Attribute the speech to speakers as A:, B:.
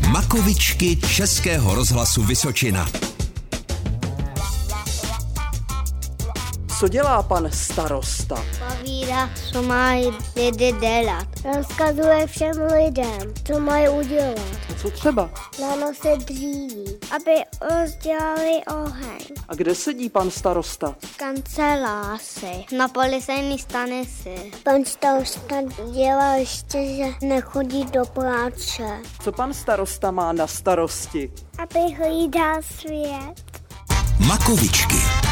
A: Píkovičky Českého rozhlasu Vysočina.
B: Co dělá pan starosta?
C: Povídá, co mají lidé dělat.
D: Rozkazuje všem lidem, co mají udělat.
B: Co třeba?
D: Ráno se dříví, aby rozdělali oheň.
B: A kde sedí pan starosta?
C: Kanceláři, na policejní stanici.
D: Pan starosta dělá ještě, že nechodí do práce,
B: Co pan starosta má na starosti?
D: aby hlídal svět.
A: Makovičky.